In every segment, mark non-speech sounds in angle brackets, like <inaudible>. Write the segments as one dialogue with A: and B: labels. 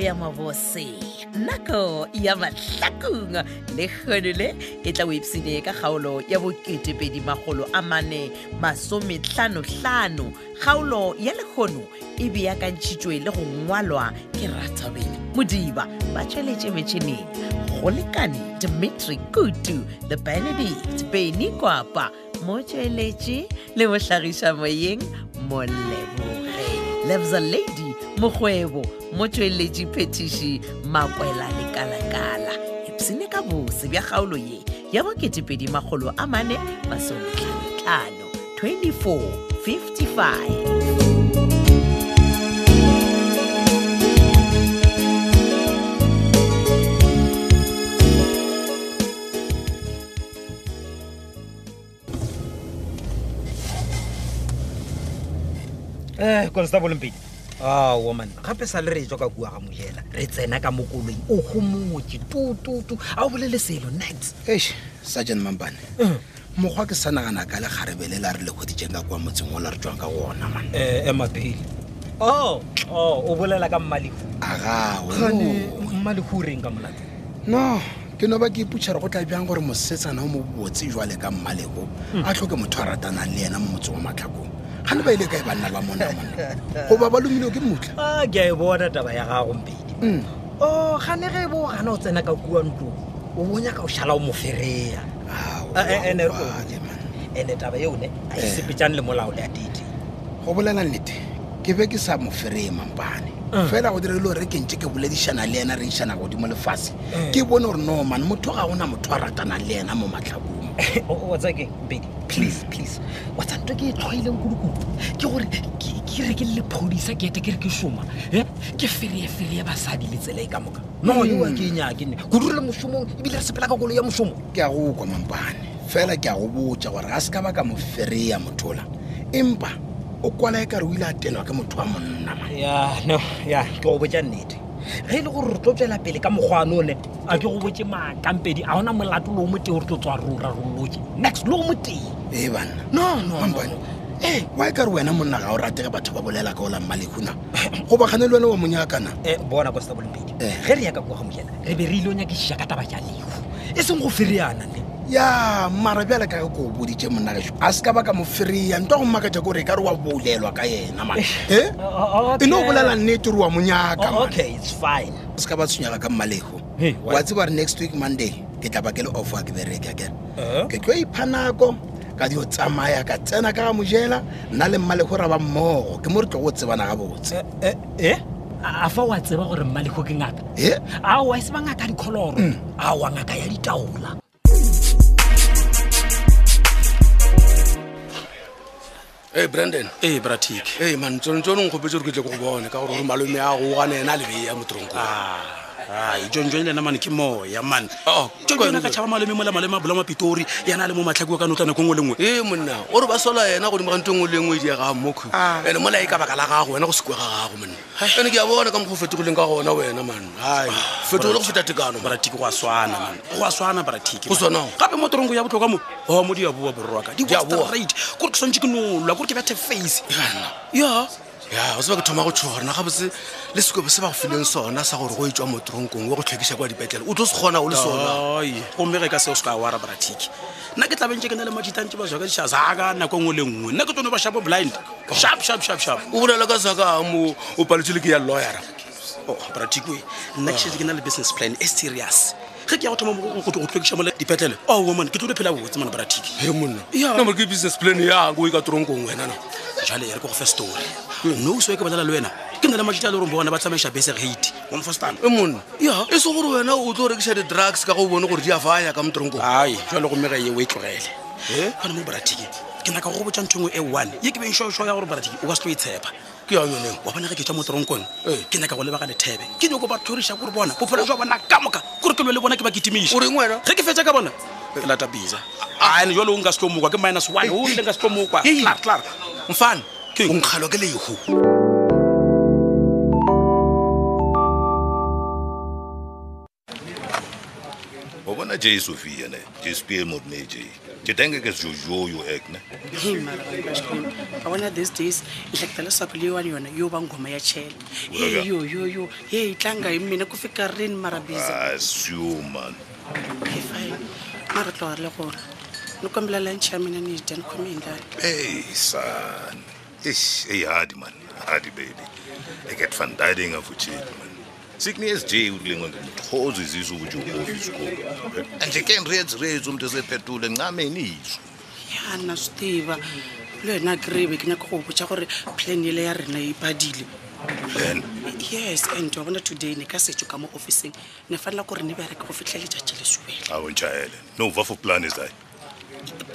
A: ya mabose nako ya mahlakong le kgono le e tla websene ka kgaolo ya bo2edimagolo a mane masometlhanohlano kgaolo ya lekgono e beakantšhitšwe le go ngwalwa ke ratabeng modiba ba tšweletše metšhineng go lekane dimitri kutu le benedict beny kwapa mo tšweletše le mohlagiša moyeng moleboge lebza lady mokgwebo mo tšweletše phetiši makwela lekalakala epsene ka bose bja kgaolo ye ya bo2edimagolo a mane masometlhanotlhano 24 55
B: eh constable mpedi a woman gape sa le re tswa ka kua ga mojela re tsena ka mo koloi o gomotse tututu a o bolele selo night
C: eish sergeant mampane
B: Mm.
C: mokgwa ke sa nagana ka lekgarebelela re le kgodijeng ka kwa motseng o la re jwang ka gona man
B: emapele o Oh, o bolela ka mmalehu Oh,
C: agawe
B: mmalehu o reng ka molate
C: no ke no ba ke iputšhare go tla bjang gore mosetsana o mo botse jwale ka mmalego
B: Mm.
C: a tlhoke motho a ratanang le yena mo motseng wa matlhakong ga ne ba ile kae banna ba mona mona goba ba lomilwe ke motla
B: a ke a e bona taba ya gago mpedi
C: Mm.
B: o Oh, gane ge bo gana o tsena ka kua ntlong o bonya ka o šhala o mo fereya
C: Ao,
B: Ah, eh, eh, ne re ko-
C: wale, man.
B: ande taba yone a e
C: Eh.
B: sepetšang le molao le a tete
C: go bolela nnete ke be ke sa mo feree mampane
B: Mm.
C: fela go dirile gore ke ntse ke boledišana le ena re išana godimo lefatshe
B: Mm.
C: ke bone gore no man motho ga gona motho a ratanang le ena mo matlhakong
B: <laughs> watsake mpedi please please watsa nto ke e tlhoileng kudukudu ke gore ke- ke re ke le phodisa ke ete ke re ke šoma e ke fereye-fereye basadi le tsela e ka moka no ewa ke e nyake nne ko durile mošomong ebile re sepela ka kolo ya mošomo
C: ke a go kwa mampane fela ke a go botja gore ga se ka ba ka mo ferea mothola empa o kwala e ka re o ile a tenwa ke motho wa monna man.
B: ya no ya ke go botja nnete ge e le gore re tlo tswela pele ka mokgwane one a ke go botse maakampedi a gona molato le o motee gore tlo tswa rorarolotse next le o motee
C: ee banna
B: no no, no
C: mampane ee wa e ka re wena monna ga o rate ge batho ba bolela ka o la mmalekuna goba gane le wena wa monyakana
B: Eh, bona kostabolompedi
C: Eh.
B: ge re yaka kwa go mojela re be re ile o nyakešiša ka taba ja lehu e seng go fereana ne
C: ya mara bjale ka ke ko o boditše monna kešo a se ka ba ka mo ferea nto go mmakatša kore e ka re wa boulelwa ka yena man
B: Eh.
C: e
B: o- o-
C: e no
B: okay.
C: o bolela nnete ore wa monyaka man.
B: Oh, okay its fine
C: se ka ba tshwenyaka ka mmalego
B: Hey, why?
C: wa tseba re next week monday ke tla ba ke le off a ke bereke akere
B: Uh-huh.
C: ke tlo ipha nako ka dio tsamaya ka tsena ka ga mojela nna le mmalego ra ba mmogo ke mo re tlo go tsebana ga botse
B: Eh, a fa wa tseba gore mmalego ke ngaka
C: e
B: aowa e se ba ngaka dikholoro aowa ngaka ya ditaola
D: e brandon
E: ee bratik
D: ee man tsonetse one nkgopetse gore ke tle ko go bone ka gore gore malome a googane ena a lebee ya motorongko
E: Ah, ai jonjone le ena mane ke moya mane
D: Oh,
E: jonjone a
D: kwa-
E: ka tšhaba maleme mola maleme a bola mapitori yena a le mo matlhakiwa ka notlwa nako ngwe le ngwe
D: ee Eh, monna ore ba sola ena godimo ga nto ngwe le ngwe e diega ga mmokhu
E: Ah.
D: and mola e ka baka la gago wena go sekua ga gago monna ande ke a bona ka mokgwa o fetogileng ka gona wena man ai
E: Ah,
D: fetogile go feta tekano man.
E: bratik go a swana man. go a swana bratik
D: Go swana ho?
E: gape mo toronko ya botlhokwa mo o mo di a bua borwaka di
D: Di a bua.
E: boa straight kore ke swantse ke noloa kore ke bethe face
D: ya ya o seba ke thoma go tshoga rona gabotse le sekobo se ba go fileng sona sa gore go e etswa motorongkong wa go tlhokisa kwa dipetlele o tlo se kgona o le sona
E: Ai, gomme ge ka seo se ka wara bratik nna ke tlabentse ke na le maditantse ba jaka dišasaka nako ngwe le ngwe nna ke tsone ba shapo blind sharp sharp sharp sharp
D: o bolela ka saka mo o paletsele ke ya lawyera
E: oh bratikoe nna ke šetse ke na le business plan e serious ge ke ya go thoma go go- go tlhokiša mole dipetlele o woman ke tlole phela botse mane bratiki
D: he monna
E: Ya.
D: nama ke business plan yango e ka torongkong wenana
E: jale e re ke go fe story noso e ke bolela le wena ke na le mašita a le goreng bona ba tsamaiša bese gate omfostan
D: e monna ya e se gore wena o tlo rekisa di-drugs ka go bone gore di a faya ka motorongkong
E: ai jale gomme ga eo e tlogele
D: Eh?
E: gona mo bratiki ke naka go botsa ntho engwe e one ye ke benšošo ya gore bratiki o ka se tlo e tshepa
D: ke yang yoneng
E: wa bona ge ke tswa mo toronkong
D: Eh.
E: ke nyaka go lebaka lethebe ke nyako ba thoriša kore bona bophelo jwa bona ka moka kore ke lwe le bona ke ba ketimiša
D: O reng wena? Ah.
E: ge ke fetsa ka bona ke lata bisa ane jalo o nka se tlo mokwa ke minus one o ile nka se tlo mokwa
D: Hei.
E: Klar, klar.
D: mfane
E: Keng?
D: o nkgalwa ke lego
F: o bona j sophia ne j spiel modne j ke tenge ke jojo yo ek ne
G: Hmm, a bona these days nhleketa leswaku leyiwani yona yo va nghoma ya chela
F: Waka.
G: yeyoyoyo ye yi tlanga hi mina ku fika rini mara busy
F: asio Ah, man
G: Okay, fine. mara tlogarile gona ni kombela lunch ya mina ni yi dya ni khome hi ndlala
F: Hey, son. Ish, hey, hardy man. Hardy baby. I get fun dying of you, man. Sickness J udlinga ngimthoza izizwe ukuthi uoffice kuko. And you can read read umuntu esephetule ngame nizwe.
G: ya na swi tiva lo yena grebe ke nyaka go botsa gore plan ele ya rena e badile
F: Then
G: yes and wa bona today ne ka setso ka mo officing ne fanela gore ne bereke go fitlha letšatši le swele
F: awunjayele. No va for plan is that.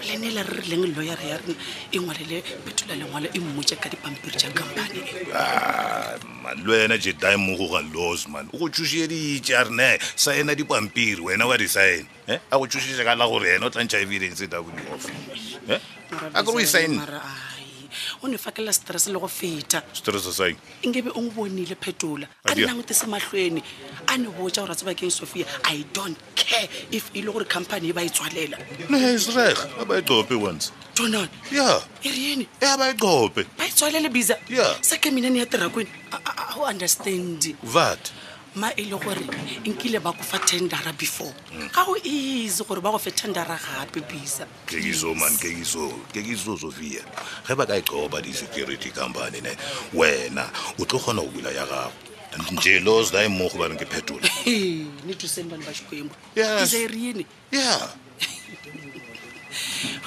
G: plan ele re rileng lawyer ya rena e ngwalele phetola lengwala e mmotse ka dipampiri tša company e.
F: Ah, man lwena nje dai mugo ga loss man. Ukuchushiri jarne sayena dipampiri wena wa resign. Eh? Akuchushise ka la gore yena o e tlantsha evidence da kuni office. Eh?
G: Mara
F: Akuru
G: busy
F: resign.
G: mara ai o ne fakelela stress le go feta
F: Stress saying.
G: nkebe o n'wi vonile phetola a ni
F: Adia.
G: langutise mahlweni a ni botsa gore a tsebakeng sophia i don't care if e le gore company e ba e tswalela
F: Nee, is reg. Abayigcophe e once.
G: jonan
F: Yeah.
G: e ri yini
F: eyabayigqophe
G: ba itswalele biza
F: Yeah.
G: se ke mina ne ya tirha kwini A- a a o understand
F: vat
G: ma e le gore nkile ba go fa tendera before ga go easy gore ba go fe tendera gape bisa
F: kekiso mani kekiso kekiso sophia ge ba ka igqoba di-security company ne wena o tlo kgona go bula ya gago And nje los da emogo ba reng ke phetola
G: Hei, ni thuseni vanhu va xikwembu
F: Yes.
G: biza e ri yini
F: ya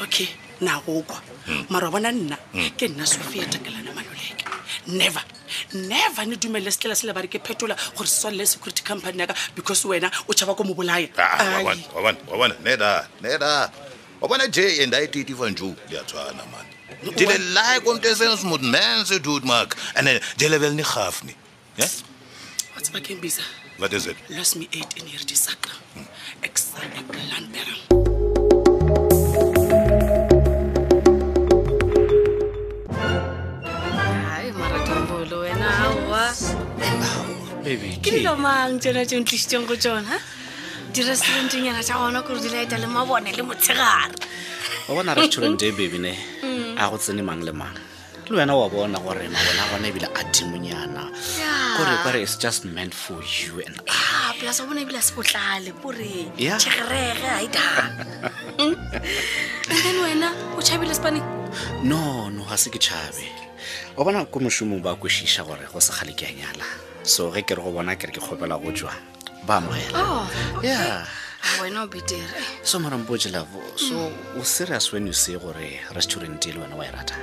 G: okay na go kwa mara bona nna ke nna sofia takelana maloleke never never ne dumele setlela se lebare ke phetola gore se tswalele security company yaka because wena o tšhaba ko mo bolaya Ai.
F: wabana neda neda wabana j and aititifa nju liyatshwana mani ndile like umntu esenismooth nansi dude mark Ah, and then jelevele nirhafni ye
G: wa tseba keng bisa
F: what is it
G: lost me eight in here disaka exane planberam
H: hayi maratambolo wena aowa
I: baby
H: ke dilo mang tsona tse ntlisitseng go tsona di-restaurantnyana tsa gona kore di laeta le mabone le motshegare
I: wa bona restaurant e bebine
H: Mm.
I: a go tsene mang le mang le wena wa bona gore mabone a gona ebile a dimonyana
H: Yeah.
I: kore kore is just meant for you and I.
H: a polase wa bona ebile a se botlale kore
I: Yeah.
H: tšhegerege a itang Hmm? and then wena o tšhabile spaneng
I: no no ga se ke tšhabe wa bona ko mošomong ba kwešiša gore go se kgale ke a nyala so ge ke re go bona kere ke kgopela go tswa ba amogela yeah
H: wena o betere
I: so marampotse lavo so
H: Mm.
I: o serious when you say gore restaurant e le wena wa e rata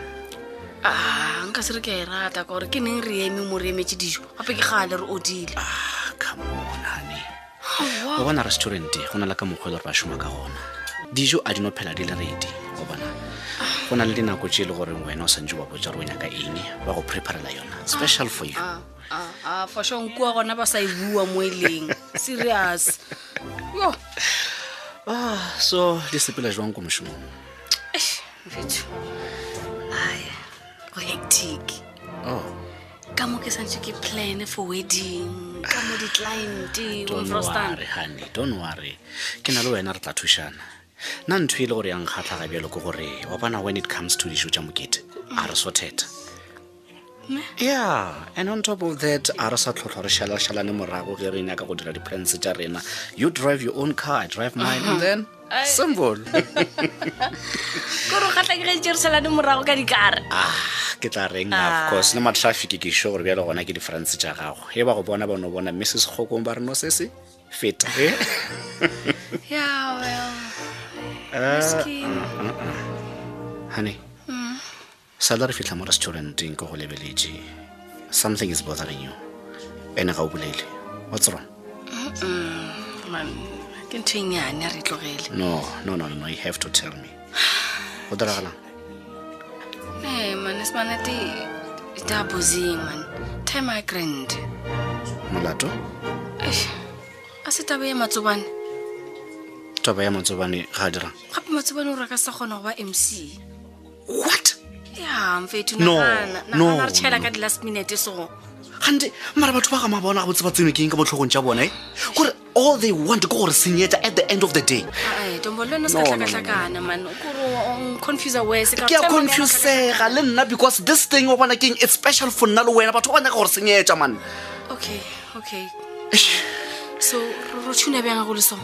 H: a nka se re ke a e rata ka gore ke neng re eme mo re emetse dijo gape ke gale re odile
I: Ah, come on honey o bona restaurant go na le ka mokgwa e le gore ba šoma ka gona dijo a dino phela di le ready o bona go na le dinako tse e le goreng wena o santse wa botsa gore o nyaka eng ba go preparela yona special for you
H: Ah, ah, ah, for sure nkua gona ba sa e bua mo e leng serious yo
I: ah, so di sepela jwang ko mošomong
H: eish, mfethu aya go hectic
I: oh
H: ka mo ke santse ke plan for wedding ka mo di-client
I: Ah, don't worry
H: wolfrostan
I: honey don't worry ke na le wena re tla thušana nna ntho e le gore ya nkgatlha gabjalo ke gore wa bona when it comes to dijo tša mokete a re sorted yeah and on top of that a re sa tlhotlhwa re šalašalane morago ge re nyaka go dira di-plans tša rena you drive your own car I drive mine and then simple
H: kore o kgatlhakege tšerišalane morago ka dikare
I: ah ke tla reng of course le matraffic ke sure gore bjale gona ke di-france tša gago e ba go bona bano bona mme se sekgokong ba re no se eh? se feta e
H: ya well
I: Ah,
H: Miskin.
I: honey sala re fitlha mo restauranteng ko go lebeletse something is bothering you and ga o bolele what's wrong
H: Man, ke ntho e nyane a re e tlogele
I: no no no no you have to tell me go diragalang
H: e man esmanate itabosing man time a grand
I: molato
H: Eish, a se tabe ya matsobane
I: taba ya motsobane ga a dirang
H: gape matsobane o raka sa kgona go ba mc
I: what
H: ya mfetu
I: No, no,
H: nagana re tšhaela
I: no.
H: ka di-last minute so
I: gante eh? mara batho ba ga mabona ga botse ba tsenwe ke eng ka botlhogong tja bona e gore all they want ke gore senyetsa at
J: the
I: the
J: end of the day
H: Ae, tombo le wena o
J: No,
H: se ka
J: no, no, no.
H: tlhakatlhakana man o kore confuse wese
J: ke a confusega le nna because this thing wa bona keng it's special for nna le wena batho ba ba nyaka gore senyetsa man
H: okay okay so ro thuna bjanga go le so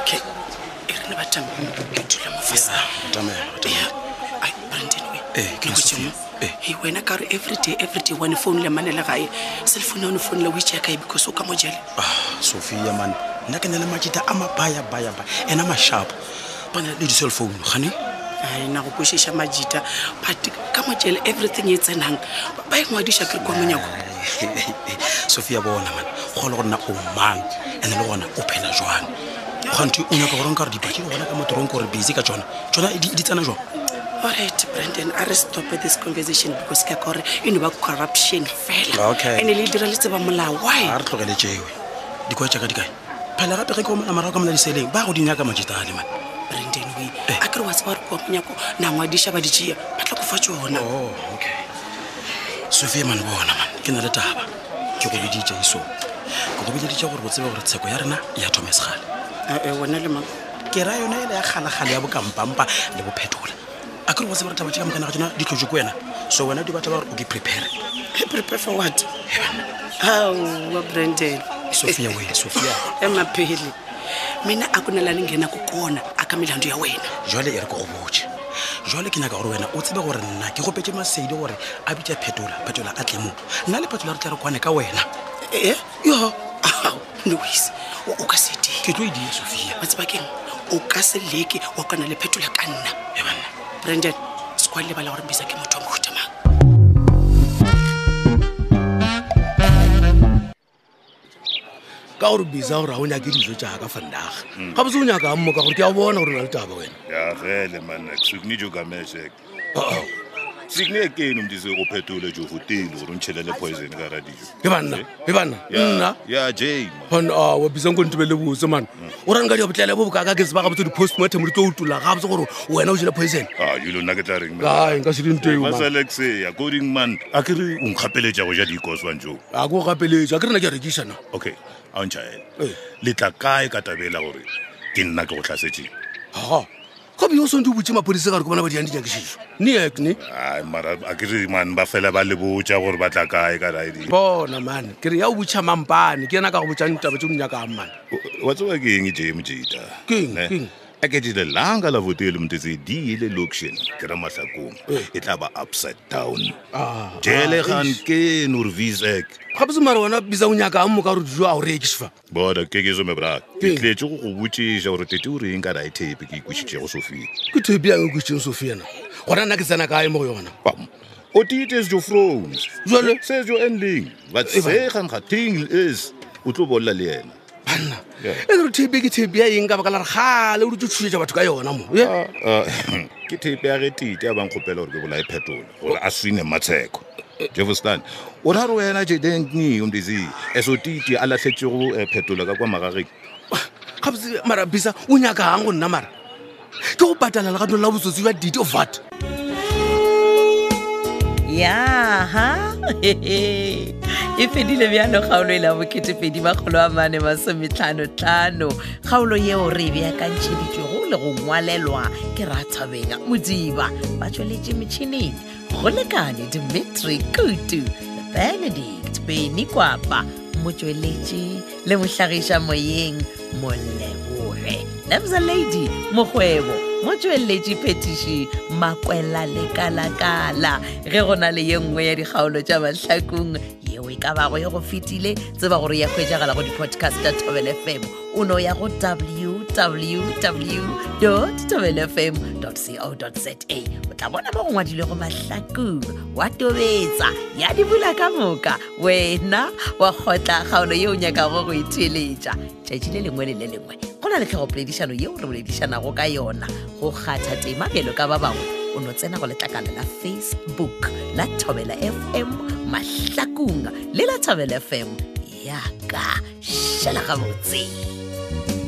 G: okay e rene batamo ke dule mofasa
E: Ah,
G: branden
E: Eh,
G: e wena ka re everyday everyday one phone le mane le gae cellphone ya one phone le o ijea kae because o ka mo jele
E: sophia mane Ah, nna ke na le maketa a mabayabayaba ena mashapo ba na le di-cellphone gane
G: ai na go kwešiša majita but ka mojele everything e tsenang ba e ngwadiša kere kwa monyako
E: <laughs> sophia bona mane go le gorena o mang and le gona o phela jwang gante o nyaka goreng ka gore dipaki gona ka motorong kore busy ka tsona tsona di di tsena jwang
G: alright brandon a re stope this conversation because ka kore e no ba corruption fela
E: Okay.
G: ande le e dira le tseba molao why
E: a re tlogele jewe dikwa jaaka dikae phela gape ge ke omana morago ka mola diseleng ba go di nyaka majitale mane
G: brandon we a kere wa tseba gore kwa monyako na ngwadiša ba dijea ba tla kofa tsona
E: oh okay sophia mane bona mane ke na le taba ke go beditša iso ke go beditša gore bo tsebe gore tsheko ya rena e ya thome segale
G: Eh, eh, wena le mang
E: ke ra yone ele ya kgalagale ya bokampampa le bophetola a kere wa tsebe gore taba tse ka mokana ga tsona di tlhotse ko wena so wena di batla ba gore o di prepare
G: e prepare for what awa Oh, brandon
E: sophia we sophia
G: emaphele mina a ku na la ni nghenaka kona aka milandzu ya wena
E: jwale e re ke go botse jwale ke nyaka gore wena o tsebe gore nna ke gopetse maseidi gore a bitša phetola phetola a tlemo nna le phetola re tla re kwane ka wena E,
G: ee yo nois o ka se di
E: ke tlo e die sophia
G: wa tseba keng o ka se leke wa kana le phetola ka nna
E: e banna
G: brandon se kwa lebala gore bisa ke motho wa mohutamang
E: ka gore bisa gore ga o nyake dijo jaaka fandaga ga botse o nyaka mmoka gore ke a bona gore o na le taba wena
F: yavele mani sikunejogamesheke oh. sikune keni umndize kuphethule jo votile gore untshelele um poison ka radio
E: e banna e banna nna
F: ya jay
E: gona wa bisa nko ntebele botse mana
F: Mm.
E: o rane ka diabotlele bo bokaka ke tseba ga botse di-postmortem di tlo o tulola ga botse gore wena o jele poison
F: a yulo nna ke tla reng
E: ai nka se dinteo
F: masalexey according man a ke re onkgapeletša go ja diikoswan jo
E: a ko gapeletsa ke re na ke a Eh. rekišana
F: okay a ntšhaela
E: Ee.
F: le tla kae ka tabela gore ke nna ke go tlhasetšeng
E: aa gobe yo o swanetse o botse mapodisa ka gore ke bona ba diang dinyakišišo ne ekne
F: ai mara a ke re man ba fela ba le botša gore ba tla kae ka radio
E: bona mane ke re ya o botšha mampane ke yena ka go botšang taba tse o di nyakang mane
F: wa tseba ke eng jame jeta
E: Keng, keng?
F: aketile langa la votele motetse di ile loction ke ra mahlakong e tla ba upside down
E: Ah,
F: jele
E: Eh. ah,
F: gan ke norvisek
E: gabotse mare wona bisa o nyakang moka gore dijo a o rekišifa
F: bona ke ke some brak
E: Keng?
F: ke tletse go go botšiša gore tete o reng ka da ethepe ke ikwešišego sofia
E: ke thepi yang e kwešeng sofiana gona nna ke tsena kae mo go yona
F: pam o tite sejo frones
E: Jwale?
F: sejo endling but
E: Eh, bana.
F: se gan ga thing is o tlo bolela le yena
E: banna
F: Yeah.
E: e kere thepi ke thepi ya eng ka baka la re gale o dutse thusetsa batho ka yona mo Ye,
F: Ah, ah, ke tepe ya ge tite a bankgopela gore ke bolae phetola gore a swine matsheko jefostan o ra re wena jedeni omdisi eso e tite a latlhetsego eh, phetola ka kwa magageng
E: gabotse mara bisa o nyakang go nna mara ke go patala legatong la botsotsi jwa dite vat
A: yaha <laughs> e fedile bjalo kgaolo e la bokete2edi magolo a mane masometlhanotlhano kgaolo yeo re e beakantšheditšwego le go ngwalelwa ke ratshabeng modiba ba tsweletše metšhineng go lekane dimitri kutu benedict beny kwapa motsweletše le mohlagiša moyeng moleboge lebza lady mokgwebo mo tsweletše phetiši makwela lekala-kala ge go na le ye nngwe ya dikgaolo tša mahlakong yeo e ka bago ye go fetile tseba gore ya hwetšagala go di-podcast tša tobel fm o no ya go www tobel fm co za o tla bona mo go ngwadilwego mahlakong wa tobetsa ya di bula ka moka wena wa kgotla kgaolo yeo nyakago go itheletša tšatši le lengwe le le lengwe go na le tlhegopoledišano yeo re boledišanago ka yona go kgatha tema bjelo ka ba bangwe o no tsena go letlakala la facebook la thobela fm mahlakong le la thobela fm yaka šhala gabotse